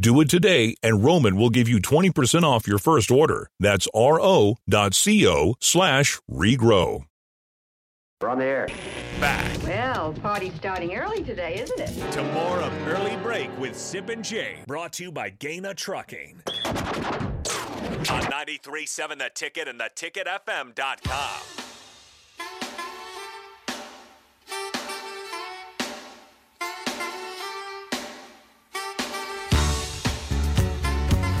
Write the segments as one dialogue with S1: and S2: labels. S1: Do it today, and Roman will give you 20% off your first order. That's ro.co slash regrow.
S2: We're on the air.
S3: Back
S4: Well, party's starting early today, isn't it?
S3: to more of Early Break with Sip and Jay, brought to you by Gaina Trucking. On 93.7 The Ticket and theticketfm.com.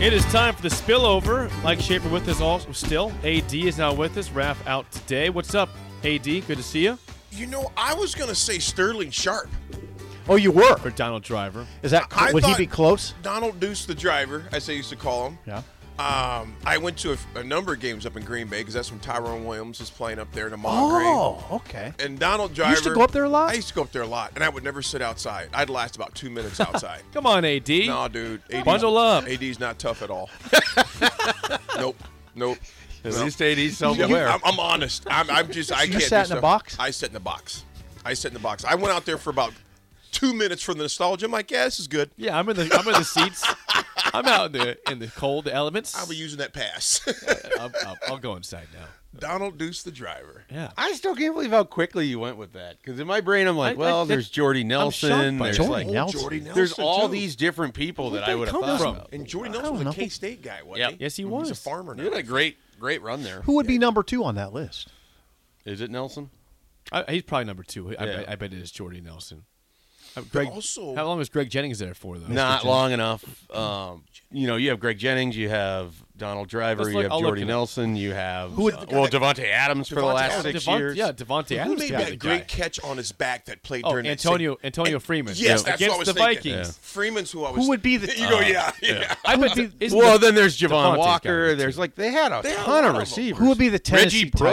S5: It is time for the spillover. Mike Schaefer with us also still. AD is now with us. Raph out today. What's up, AD? Good to see you.
S6: You know, I was going to say Sterling Sharp.
S7: Oh, you were.
S5: For Donald Driver.
S7: Is that
S6: I
S7: would he
S6: thought
S7: be close?
S6: Donald Deuce, the driver, as they used to call him.
S7: Yeah.
S6: Um, I went to a, a number of games up in Green Bay because that's when Tyrone Williams was playing up there in the Monterey.
S7: Oh, okay.
S6: And Donald Driver.
S7: used to go up there a lot?
S6: I used to go up there a lot, and I would never sit outside. I'd last about two minutes outside.
S5: Come on, AD.
S6: no, dude. AD's,
S5: Bundle up.
S6: AD's not tough at all. nope. Nope.
S8: At
S6: No.
S8: least AD's
S6: You-
S8: self-aware.
S6: I'm, I'm honest. I'm, I'm just. I
S7: You
S6: can't.
S7: sat
S6: do
S7: in a
S6: stuff.
S7: box?
S6: I sat in the box. I sat in the box. I went out there for about two minutes for the nostalgia. I'm like, yeah, this is good.
S5: Yeah, I'm in the I'm in the seats. I'm out in the in the cold elements.
S6: I'll be using that pass.
S5: I'll, I'll, I'll go inside now.
S6: Donald Deuce, the driver.
S5: Yeah.
S8: I still can't believe how quickly you went with that. Because in my brain, I'm like,
S5: I- I-
S8: well,
S5: that-
S8: there's Jordy Nelson.
S5: shocked by
S8: There's
S5: that.
S8: like,
S7: Jordy Nelson.
S6: Jordy Nelson.
S8: there's all
S6: too.
S8: these different people that I
S5: they
S8: would have
S5: come
S8: thought
S5: from?
S8: about.
S6: And Jordy
S7: I
S6: Nelson
S7: don't
S6: was a
S7: know.
S6: K State guy, wasn't
S8: Yep.
S6: he?
S5: Yes, he
S6: He's a
S5: was.
S6: farmer now.
S8: You had a great, great run there.
S7: Who would be number two on that list?
S8: Is it Nelson?
S5: I, he's probably number two. I,
S8: Yeah. Oh.
S5: I, I bet it is Jordy Nelson. Uh,
S6: But
S5: Greg,
S6: also,
S5: how long was Greg Jennings there for though?
S8: Not long enough. Um, you know, you have Greg Jennings, you have Donald Driver,
S5: Let's
S8: you
S5: look-
S8: have
S5: I'll look
S8: Jordy
S5: it up.
S8: Nelson, you have
S6: Who is the guy
S8: well
S6: that-
S8: Devonte Adams for the
S6: Devontae
S8: last
S6: Adams.
S8: six
S5: Devont-
S8: years.
S5: Yeah, Devontae
S6: who
S5: Adams.
S6: made
S5: got the
S6: that great
S5: guy.
S6: catch on his back that played
S5: Oh,
S6: during that
S5: Antonio
S6: same-
S5: Antonio Freeman.
S6: Yes,
S5: Yeah. against
S6: that's what I was
S5: the
S6: thinking.
S5: Vikings.
S6: Freeman's who I was.
S7: Who would be the-
S6: You
S5: Oh.
S6: go, yeah, yeah.
S5: I would be. isn't
S8: Well,
S5: the-
S8: then there's
S5: Devontae's
S8: Javon
S5: got
S8: Walker.
S5: it,
S8: There's
S5: too.
S8: like they had a
S6: They had a
S8: ton
S6: lot
S8: of
S6: of 'em.
S8: receivers.
S7: Who would be the Tennessee
S8: Reggie Brooks?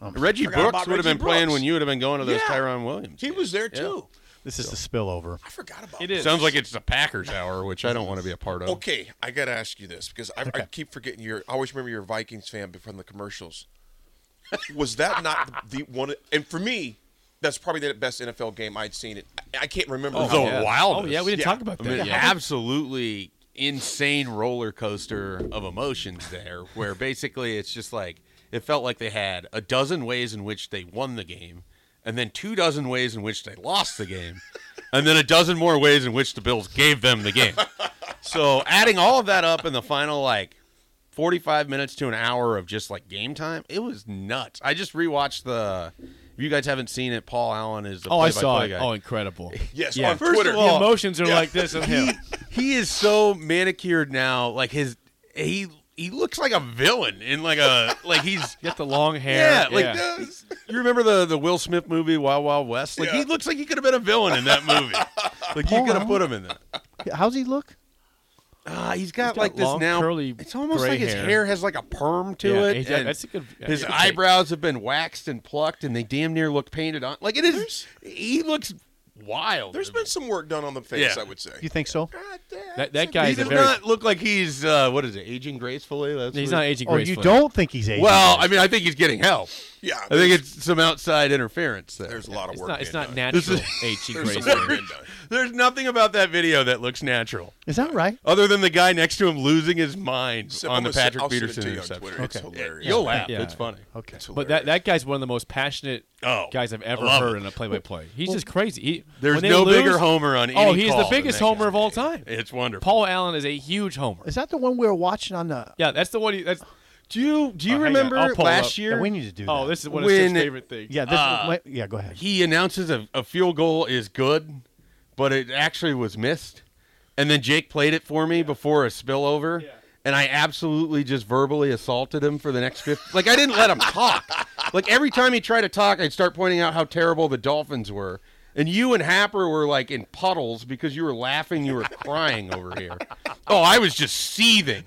S7: Titans? Oh,
S8: Reggie
S6: Forgot
S8: Brooks
S6: about
S8: would have been
S6: Reggie
S8: playing
S6: Brooks.
S8: when you would have been going to those
S6: Yeah.
S8: Tyron Williams.
S6: He
S8: games.
S6: was there
S8: Yeah.
S6: too.
S7: this is the spillover.
S6: I forgot about.
S5: It
S6: that.
S5: is.
S8: Sounds like it's the Packers hour, which I don't want to be a part of.
S6: Okay, I gotta ask you this because I, I keep forgetting you're. I always remember you're a Vikings fan but from the commercials. Was that not the, the one? And for me, that's probably the best NFL game I'd seen. It. I- I can't remember.
S8: Oh,
S6: how-
S8: the wildest.
S5: Oh yeah, we didn't
S6: Yeah.
S5: talk about
S8: I
S5: that.
S8: mean, absolutely insane roller coaster of emotions there, where basically it's just like it felt like they had a dozen ways in which they won the game, and then two dozen ways in which they lost the game, and then a dozen more ways in which the Bills gave them the game. So adding all of that up in the final like 45 minutes to an hour of just like game time, it was nuts. I just rewatched the. If you guys haven't seen it, Paul Allen is the
S5: Oh, I saw
S8: play-by-play
S5: it.
S8: guy.
S5: Oh, incredible.
S6: Yes,
S5: Yeah.
S6: on
S8: First
S6: Twitter.
S8: of all-
S5: the emotions are
S6: Yeah.
S5: like this of him.
S8: he is so manicured now. Like his he he looks like a villain in like a like he's
S5: Get the long hair.
S8: yeah like the- you remember the the Will Smith movie Wild Wild West? Like
S6: Yeah.
S8: he looks like he could have been a villain in that movie. like you
S7: Paul
S8: could have
S7: Allen?
S8: put him in that.
S7: Yeah, How's he look?
S8: Ah, he's got
S5: got
S8: like
S5: long,
S8: this now.
S5: curly
S8: it's almost
S5: gray
S8: like his
S5: hair.
S8: hair. has like a perm to
S5: Yeah,
S8: it.
S5: yeah,
S8: and
S5: that's a good- yeah,
S8: his
S5: good take.
S8: eyebrows have been waxed and plucked, and they damn near look painted on. Like it is. He looks wild.
S6: There's been some work done on the face,
S8: Yeah.
S6: I would say.
S7: You think so?
S6: God damn.
S5: That- that guy
S8: He
S5: is a
S8: does
S5: very.
S8: not look like he's uh, what is it? Aging gracefully. That's
S5: he's
S8: what-
S5: not aging
S7: Oh,
S5: gracefully.
S7: you don't think he's aging?
S8: Well, I mean, I think he's getting help.
S6: Yeah,
S8: I think it's some outside interference there.
S6: there's a lot of
S5: It's
S6: work.
S5: not. It's
S6: being
S5: not
S6: done.
S8: This
S5: natural.
S8: is-
S5: Aging
S6: There's some
S5: gracefully.
S6: work being done.
S8: There's nothing about that video that looks natural,
S7: is that right?
S8: other than the guy next to him losing his mind
S6: Sip,
S8: on
S6: I'm
S8: the
S6: gonna send-
S8: Patrick
S6: I'll send it
S8: Peterson
S6: to you on
S8: interception.
S6: Twitter. It's
S7: Okay.
S6: hilarious.
S8: You'll laugh.
S5: Yeah.
S8: It's funny.
S7: Okay.
S6: It's
S5: But that,
S6: hilarious.
S5: that guy's one of the most passionate
S8: Oh,
S5: guys I've ever
S8: love
S5: heard
S8: it.
S5: in a play-by-play. He's just crazy. He,
S8: There's
S5: when they
S8: no
S5: lose-
S8: bigger homer on.
S5: Oh,
S8: any
S5: he's
S8: call
S5: the
S8: than
S5: biggest
S8: that guy.
S5: homer of all time.
S8: It's wonderful.
S5: Paul Allen is a huge homer.
S7: Is that the one we were watching on the?
S5: Yeah, that's the one. He, that's Do you do you
S7: Oh, hang on.
S5: remember
S7: I'll pull it
S5: last
S7: up.
S5: year?
S7: Yeah, we need to do
S5: Oh,
S7: that.
S5: this is one of his
S8: When-
S5: favorite things.
S7: Yeah, this
S8: Uh,
S7: is my, yeah, go ahead.
S8: he announces a, a field goal is good, but it actually was missed. And then Jake played it for me before a spillover, and I absolutely just verbally assaulted him for the next 50. like, I didn't let him talk. Like, every time he tried to talk, I'd start pointing out how terrible the Dolphins were. And you and Happer were like in puddles because you were laughing, you were crying over here. Oh, I was just seething.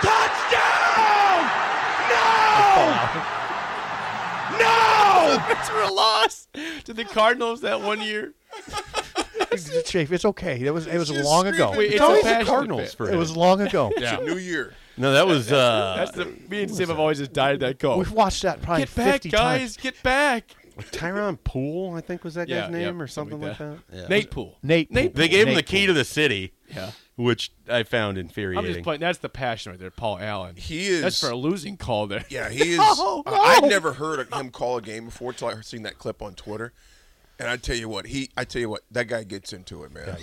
S5: That's a loss to the Cardinals that one year.
S7: Chief, it's okay. That was it was long ago.
S5: Wait,
S7: it
S5: it's
S8: always
S5: a
S8: the
S5: passion
S8: Cardinals
S5: fit.
S8: for him.
S7: was long ago.
S8: Yeah.
S6: New Year.
S8: No, that was uh,
S5: That's the me and Sim have always just died at that call.
S7: We've watched that probably
S5: Get back,
S7: 50 times.
S5: guys! Get back!
S8: Tyron Poole, I think was that
S5: Yeah,
S8: guy's name,
S5: yeah,
S8: or something like that.
S5: Nate Pool.
S7: Nate,
S5: Nate
S8: They gave him the
S7: Nate
S8: key to the city,
S5: Yeah.
S8: which I found
S5: I'm
S8: infuriating.
S5: just playing. That's the passion right there, Paul Allen.
S6: He is.
S5: That's for a losing call there.
S6: Yeah, he is. I, I'd never heard of him call a game before until I seen that clip on Twitter. And I tell you what, he, I tell you what, that guy gets into it, man.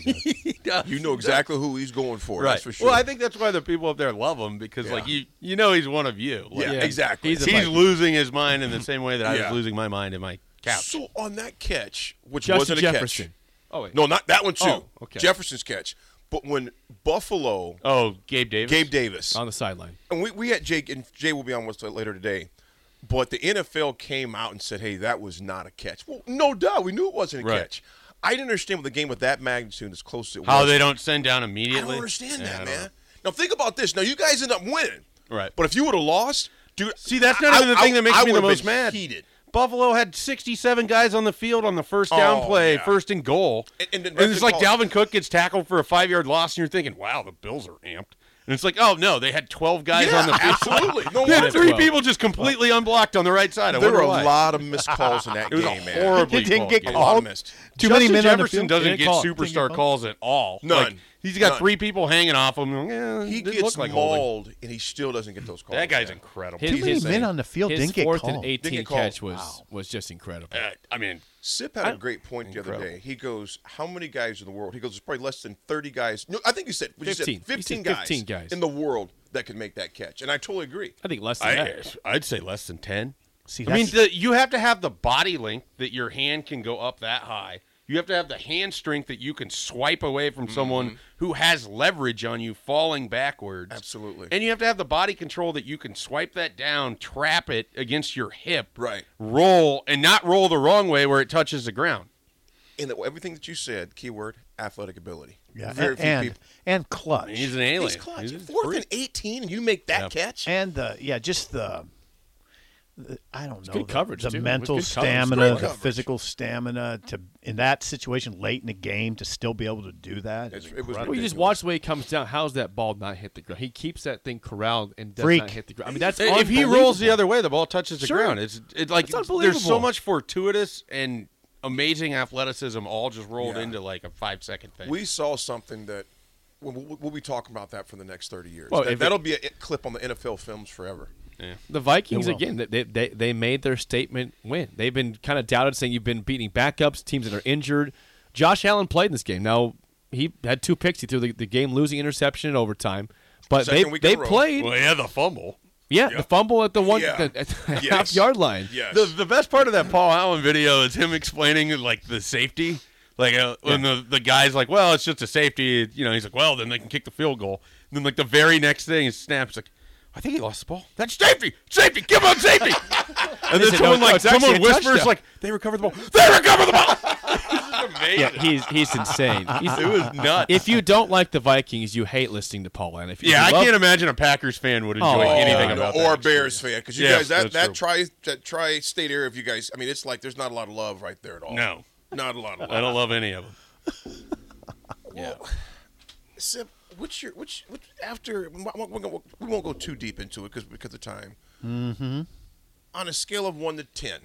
S6: you know exactly who he's going for.
S8: right.
S6: That's for sure.
S8: Well, I think that's why the people up there love him because,
S6: Yeah.
S8: like, you you know, he's one of you. Like,
S6: yeah, exactly.
S5: He's a
S8: He's
S5: Viking.
S8: losing his mind in the same way that I
S6: Yeah.
S8: was losing my mind in my couch.
S6: so on that catch, which
S5: Justin
S6: wasn't a
S5: Jefferson.
S6: catch.
S5: Oh wait.
S6: No, not that one too.
S5: Oh, okay.
S6: Jefferson's catch, but when Buffalo,
S8: oh, Gabe Davis.
S6: Gabe Davis,
S5: On the sideline.
S6: and we, we had Jake and Jay will be on with us later today. But the NFL came out and said, "Hey, that was not a catch." Well, no doubt, we knew it wasn't a
S8: Right.
S6: catch. I didn't understand with a game with that magnitude as close as it
S8: How
S6: was.
S8: they don't send down
S6: I
S8: immediately.
S6: don't understand
S8: Yeah, I
S6: that,
S8: don't
S6: man.
S8: know.
S6: Now think about this. Now you guys end up winning,
S8: Right.
S6: But if you would have lost, dude,
S8: See, that's not
S6: I-
S8: even the
S6: I-
S8: thing that makes
S6: I
S8: me the
S6: would've
S8: most
S6: been
S8: mad.
S6: Heated.
S8: Buffalo had 67 guys on the field on the first down
S6: Oh,
S8: play,
S6: yeah.
S8: first and goal.
S6: And- and then
S8: it's
S6: refs
S8: like
S6: would call-
S8: Dalvin Cook gets tackled for a five yard loss, and you're thinking, wow, the Bills are amped. And it's like, oh, no, they had 12 guys
S6: Yeah,
S8: on the field.
S6: absolutely. No
S8: They had
S6: wonder.
S8: three people just completely unblocked on the right side. I
S6: There were
S8: wonder
S6: a
S8: why.
S6: lot of missed calls in that
S8: It was a
S6: game, man.
S8: horribly
S7: Didn't
S8: called
S7: get
S8: game.
S6: A lot
S7: called.
S6: of missed.
S7: Too
S8: Justin
S7: many men on the
S8: Jefferson
S7: field.
S8: doesn't
S7: Didn't
S8: get
S7: call it. Didn't
S8: superstar
S7: called.
S8: calls at all.
S6: None.
S8: Like, he's got
S6: None.
S8: three people hanging off him. Yeah,
S6: He
S8: didn't
S6: gets
S8: look like holding.
S6: mauled, and he still doesn't get those calls.
S8: That guy's
S6: man.
S8: incredible.
S5: His-
S7: Too many
S5: his-
S7: men on the field
S5: His
S7: didn't get
S5: fourth
S7: called.
S5: and
S6: Didn't
S5: 18
S6: get called.
S5: catch was was just incredible.
S8: Uh, I mean,
S6: Sip had a great point the other
S8: Incredible.
S6: day. He goes, "How many guys in the world?" He goes, "There's probably less than 30 guys." No, I think he said, what he said,
S5: 15. He said
S6: 15,
S5: 15 guys.
S6: in the world that could make that catch, and I totally agree.
S5: I think less than
S8: I,
S5: that.
S8: I'd say less than 10.
S7: See,
S8: I mean,
S7: that's-
S8: the, you have to have the body length that your hand can go up that high. You have to have the hand strength that you can swipe away from someone who has leverage on you falling backwards.
S6: Absolutely.
S8: And you have to have the body control that you can swipe that down, trap it against your hip,
S6: Right.
S8: roll, and not roll the wrong way where it touches the ground.
S6: And that- everything that you said, keyword athletic ability.
S7: Yeah,
S6: Very
S7: and,
S6: few
S7: and,
S6: people.
S7: and clutch.
S8: He's an alien.
S6: He's clutch.
S8: He's a
S6: Fourth
S8: freak.
S6: and 18, and you make that catch.
S7: and the yeah, just the, the- I don't know
S5: good
S7: the,
S5: coverage,
S7: the
S5: too. It was
S7: mental
S5: good coverage.
S7: stamina,
S6: Great
S7: the
S6: coverage.
S7: physical stamina to in that situation late in the game to still be able to do that.
S6: It's-
S7: is
S6: it was
S7: incredible.
S5: Well, you just watch the way he comes down. How's that ball not hit the ground? He keeps that thing corralled and does
S7: Freak.
S5: not hit the ground. I mean, that's
S8: if he rolls the
S5: unbelievable.
S8: other way, the ball touches the
S5: Sure.
S8: ground. It's it, like
S5: It's unbelievable.
S8: there's so much fortuitous and amazing athleticism all just rolled
S6: Yeah.
S8: into like a five second thing.
S6: We saw something that we'll, we'll- we'll be talking about that for the next 30 years.
S5: Well,
S6: that,
S5: if it-
S6: that'll be a it clip on the NFL films forever.
S5: The Vikings again. They, they they made their statement win. They've been kind of doubted, saying you've been beating backups, teams that are injured. Josh Allen played in this game. Now he had two picks. He threw the, the game losing interception in overtime. But
S6: Second
S5: they
S6: week in
S5: they
S6: a row.
S5: played.
S8: well, yeah, the fumble.
S5: yeah, the fumble at the one
S6: Yeah.
S5: the- at the
S6: Yes.
S5: half yard line.
S6: Yes.
S8: The the best part of that Paul Allen video is him explaining like the safety. Like uh, when the the guy's like, well, it's just a safety. You know, he's like, well, then they can kick the field goal. And then like the very next thing is snaps like. I think he lost the ball. That's safety, safety, give on safety. and then
S5: said,
S8: someone
S5: no,
S8: like
S5: it's actually
S8: someone
S5: a
S8: whispers
S5: touchdown.
S8: like, they recovered the ball. They recovered the ball. this is amazing.
S5: Yeah, he's he's insane. He's-
S8: It was nuts.
S5: if you don't like the Vikings, you hate listening to Paul Allen. If you
S8: Yeah, I
S5: love-
S8: can't imagine a Packers fan would enjoy
S5: Oh,
S8: anything
S5: no.
S8: about
S6: Uh, or a
S8: that.
S6: Bears fan because you
S8: Yeah,
S6: guys that
S8: that's true.
S6: that tri that tri state area. If you guys, I mean, it's like there's not a lot of love right there at all.
S8: No,
S6: not a lot of
S8: I
S6: love.
S8: don't love any of them.
S6: Sip, what's your which which after we won't- we won't we won't go too deep into it because because of time. Mm-hmm. On a scale of one to ten,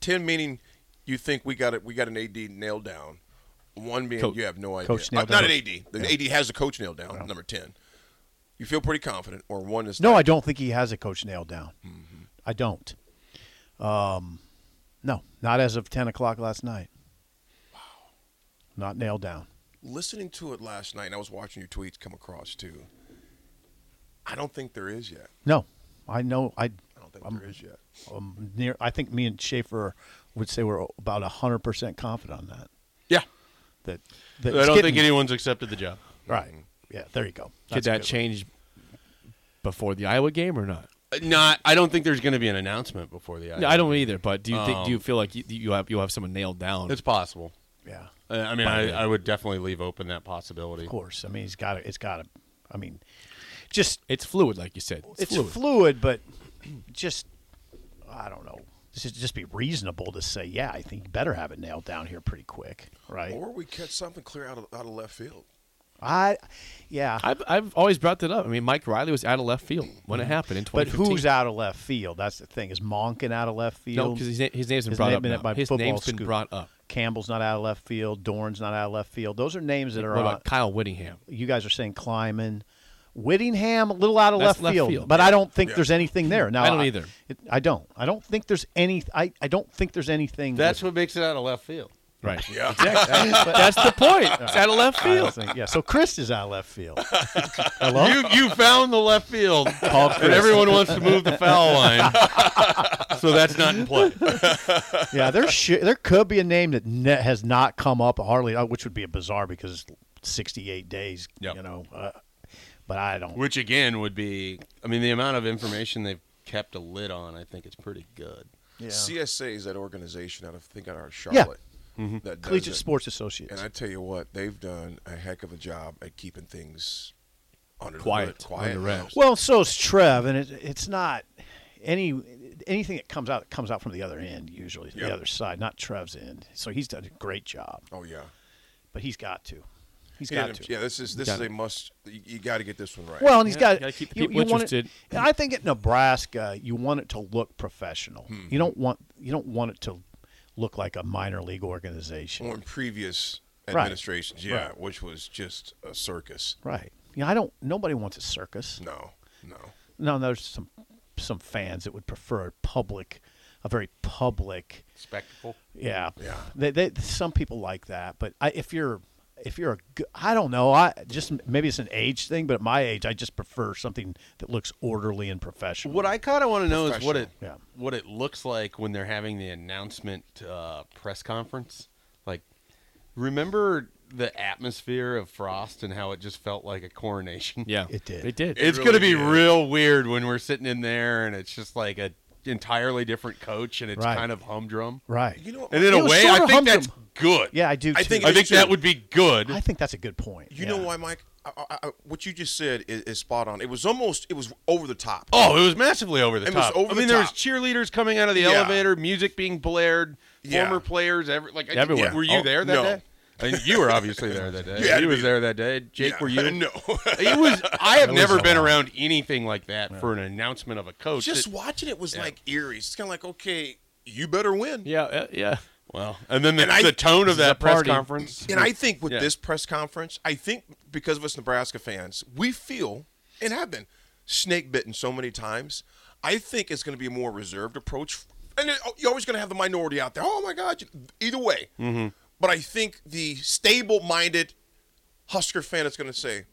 S6: ten meaning you think we got it, we got an AD nailed down. One being
S5: Coach-
S6: you have no idea.
S7: coach nailed
S6: Uh, not
S7: down.
S6: an AD. The AD has the coach nailed down. Number ten. You feel pretty confident, or one is
S7: No,
S6: not.
S7: I don't think he has a coach nailed down. I don't. Um, no, not as of ten o'clock last night. Wow, not nailed down.
S6: listening to it last night, and I was watching your tweets come across too. I don't think there is yet.
S7: No, I know. I
S6: I don't think
S7: I'm-
S6: there is yet.
S7: um, near. I think me and Schaefer would say we're about hundred percent confident on that.
S8: Yeah.
S7: That, that
S8: I
S7: it's
S8: don't think
S7: getting-
S8: anyone's accepted the job.
S7: Right. Yeah. There you go.
S5: Mm-hmm. Could
S7: That's a
S5: that
S7: good
S5: change before the Iowa game or not?
S8: Uh, Not. I don't think there's going to be an announcement before the.
S5: No, I don't either. But do you think? Do you
S8: Um,
S5: feel like you, you have you have someone nailed down?
S8: It's possible.
S7: one. Yeah.
S8: Uh, I mean,
S5: By
S8: I,
S5: then.
S8: I would definitely leave open that possibility.
S7: Of course. I mean, he's got to. It's got to. I mean, just
S5: It's fluid, like you said. It's,
S7: it's
S5: fluid.
S7: fluid. but just I don't know. This should just be reasonable to say, yeah, I think you better have it nailed down here pretty quick, right?
S6: Or we catch something clear out of out of left field.
S7: I, yeah.
S5: I've I've always brought that up. I mean, Mike Riley was out of left field when it happened in
S7: but
S5: 2015.
S7: who's out of left field? That's the thing. Is Monken out of left field?
S5: No, because his, na- his name's been
S7: His
S5: brought
S7: name
S5: up.
S7: been
S5: now.
S7: at my
S5: his
S7: football
S5: name's been
S7: scoop.
S5: brought up.
S7: Campbell's not out of left field. Dorn's not out of left field. Those are names that are
S5: what
S7: on.
S5: about Kyle Whittingham?
S7: you guys are saying Kleiman. Whittingham a little out of
S5: That's
S7: left,
S5: left
S7: field,
S5: field,
S7: but
S5: yeah.
S7: I don't think
S6: Yeah.
S7: there's anything there. Now
S5: I don't either.
S7: it- I don't. I don't think there's any. I, I don't think there's anything.
S8: That's what makes it out of left field.
S5: Right.
S6: Yeah.
S7: Exactly. That's
S5: That's the point. It's out of left
S7: I don't
S5: field.
S7: think- yeah. So Chris is out of left field. Hello.
S8: You you found the left field,
S7: Paul
S8: and everyone wants to move the foul line, so that's not in play.
S7: yeah. There should. There could be a name that ne- has not come up hardly, uh, which would be a bizarre because it's 68 days.
S8: Yep.
S7: You know. Uh, but I don't.
S8: Which again would be, I mean, the amount of information they've kept a lid on, I think it's pretty good.
S7: yeah.
S6: CSA is that organization out of I think out of Charlotte. That does
S7: Mm-hmm. Collegiate
S6: it.
S7: Sports Associates.
S6: And I tell you what, they've done a heck of a job at keeping things under
S5: Quiet,
S6: the hood, quiet
S5: under wraps.
S7: Well, so is Trev, and it, it's not any anything that comes out it comes out from the other end usually,
S6: Yeah.
S7: the other side, not Trev's end. So he's done a great job,
S6: oh yeah,
S7: but he's got to, he's
S6: yeah,
S7: got to.
S6: yeah. This is this is a must. You, got to get this one right.
S7: Well, and he's
S5: Yeah,
S7: got
S5: gotta keep the
S7: you,
S5: people
S7: you want it-
S5: interested.
S7: and I think at Nebraska, you want it to look professional. You don't want you don't want it to look like a minor league organization,
S6: Well, in previous
S7: Right.
S6: administrations, yeah,
S7: Right.
S6: which was just a circus.
S7: right? You know, I don't. Nobody wants a circus.
S6: No, no.
S7: No, there's some some fans that would prefer a public, a very public.
S8: Spectacle.
S7: Yeah,
S6: Yeah.
S7: They, they, some people like that, but I, if you're if you're a g- I don't know, I just maybe it's an age thing, but at my age, I just prefer something that looks orderly and professional.
S8: What I kind of want to know is what it
S7: Professional,
S8: what it looks like when they're having the announcement uh, press conference. Like, remember the atmosphere of Frost and how it just felt like a coronation.
S5: Yeah.
S7: It did.
S5: It did.
S8: it's
S6: really
S8: gonna be
S6: did.
S8: real weird when we're sitting in there and it's just like a entirely different coach and it's
S7: Right.
S8: kind of humdrum.
S7: right?
S6: You know,
S8: And in a
S7: It was
S8: way,
S7: sorta
S8: I think
S7: humdrum.
S8: that's good.
S7: yeah, I do.
S6: I
S7: too.
S6: think
S8: I think that
S6: too.
S8: would be good.
S7: I think that's a good point.
S6: you
S7: yeah.
S6: know why, Mike? I, I, I, what you just said is, is spot on. It was almost it was over the top.
S8: Oh, it was massively over the
S6: It was
S8: top.
S6: over
S8: I mean,
S6: the
S8: there was
S6: top.
S8: cheerleaders coming out of the
S6: Yeah.
S8: elevator, music being blared,
S6: Yeah.
S8: former players, every, like I think-
S5: Everywhere.
S8: Were you
S6: Oh,
S8: there that
S6: no.
S8: day? I mean, you were obviously there that day.
S6: You had
S8: he
S6: to
S8: was
S6: be.
S8: there that day. Jake,
S6: Yeah.
S8: were you?
S6: No.
S8: It was. I have never been around anything like that for an announcement of a coach.
S6: just
S8: that-
S6: watching it was like eerie. It's kind of like okay, you better win.
S5: Yeah. uh, yeah.
S8: well, and then the,
S6: And I-
S8: the tone of
S5: is a
S8: that press
S5: party.
S8: conference.
S6: And I think with
S8: Yeah.
S6: this press conference, I think because of us Nebraska fans, we feel and have been snake bitten so many times. I think it's going to be a more reserved approach, and it, oh, you're always going to have the minority out there. Oh my God! you- Either way, but I think the stable-minded Husker fan is going to say,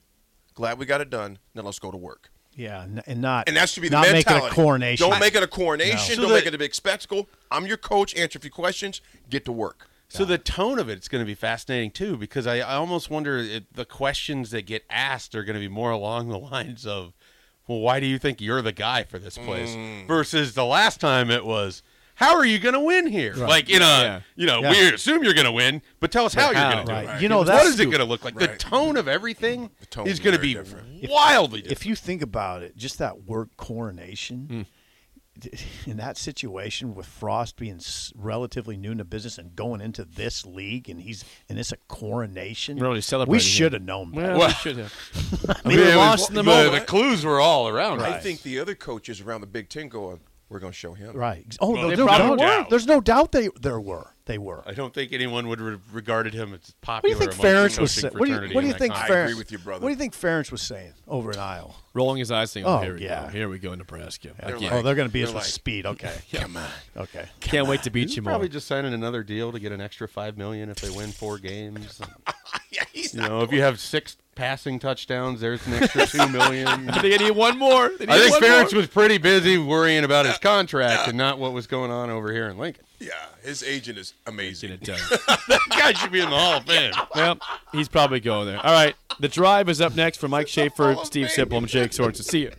S6: "Glad we got it done. Now let's go to work."
S7: Yeah, n- and not
S6: And that should be the
S7: not
S6: mentality.
S7: making a coronation.
S6: Don't make it a coronation.
S8: No. So
S6: Don't
S8: the-
S6: make it a big spectacle. I'm your coach. Answer a few questions. Get to work.
S8: So the tone of it's going to be fascinating too, because I, I almost wonder if the questions that get asked are going to be more along the lines of, "Well, why do you think you're the guy for this place?" versus the last time it was, "How are you going to win here?" Like in a,
S5: Yeah.
S8: you know,
S7: Yeah.
S8: we assume you're going to win, but tell us how,
S5: how,
S8: you're going to do
S7: right.
S8: it.
S7: You know
S8: what
S7: that's
S8: is it going to look like? The
S6: Right.
S8: tone of everything
S6: tone will
S8: is
S6: be
S8: going to
S6: very
S8: be
S6: different.
S8: wildly different.
S7: if you think about it, just that word coronation
S8: Hmm.
S7: d- in that situation with Frost being s- relatively new in the business and going into this league, and he's and it's a coronation.
S5: We're already
S7: We
S5: celebrating it.
S7: should have known.
S5: Well,
S7: better.
S5: we
S8: Well-
S5: should have.
S8: I
S5: mean, we lost in the moment.
S8: clues were all around.
S6: I think the other coaches around the Big Ten going, we're going to show him.
S7: Right. Ex- Oh,
S8: Well,
S7: no,
S8: they
S7: there-
S8: probably
S7: no-
S8: were.
S7: there's no doubt they there were. They were.
S8: I don't think anyone would have regarded him as
S7: What do
S8: popular.
S7: you think
S8: among the
S7: Ference was
S8: coaching
S7: saying? What do you,
S8: fraternity
S7: what do you
S8: in that
S7: think
S8: conference.
S6: I
S7: Ference?
S6: agree with you, brother.
S7: What do you think Ference was saying over in Iowa?
S5: Rolling his eyes, saying, "Oh,
S7: Oh,
S5: here we
S7: yeah.
S5: go, here we go, Nebraska."
S6: They're
S5: Again.
S7: oh, they're going to be
S6: they're
S7: us with
S6: like-
S7: speed. Okay.
S6: Come on.
S7: Okay.
S5: Can't wait to beat
S8: He's
S5: you more.
S8: probably just signing another deal to get an extra five million if they win four games.
S6: Yeah, he's
S8: you
S6: not.
S8: know, if you have six passing touchdowns, there's an extra two million.
S5: I think I need one more. They need
S8: I think
S5: one
S8: Ferentz
S5: more.
S8: was pretty busy worrying about his contract and not what was going on over here in Lincoln.
S6: Yeah, his agent is amazing.
S5: Get it done.
S8: That guy should be in the Hall of Fame.
S5: well, he's probably going there. All right, the drive is up next for Mike Schaefer, Steve Sippel, and Jake Sorensen. See you.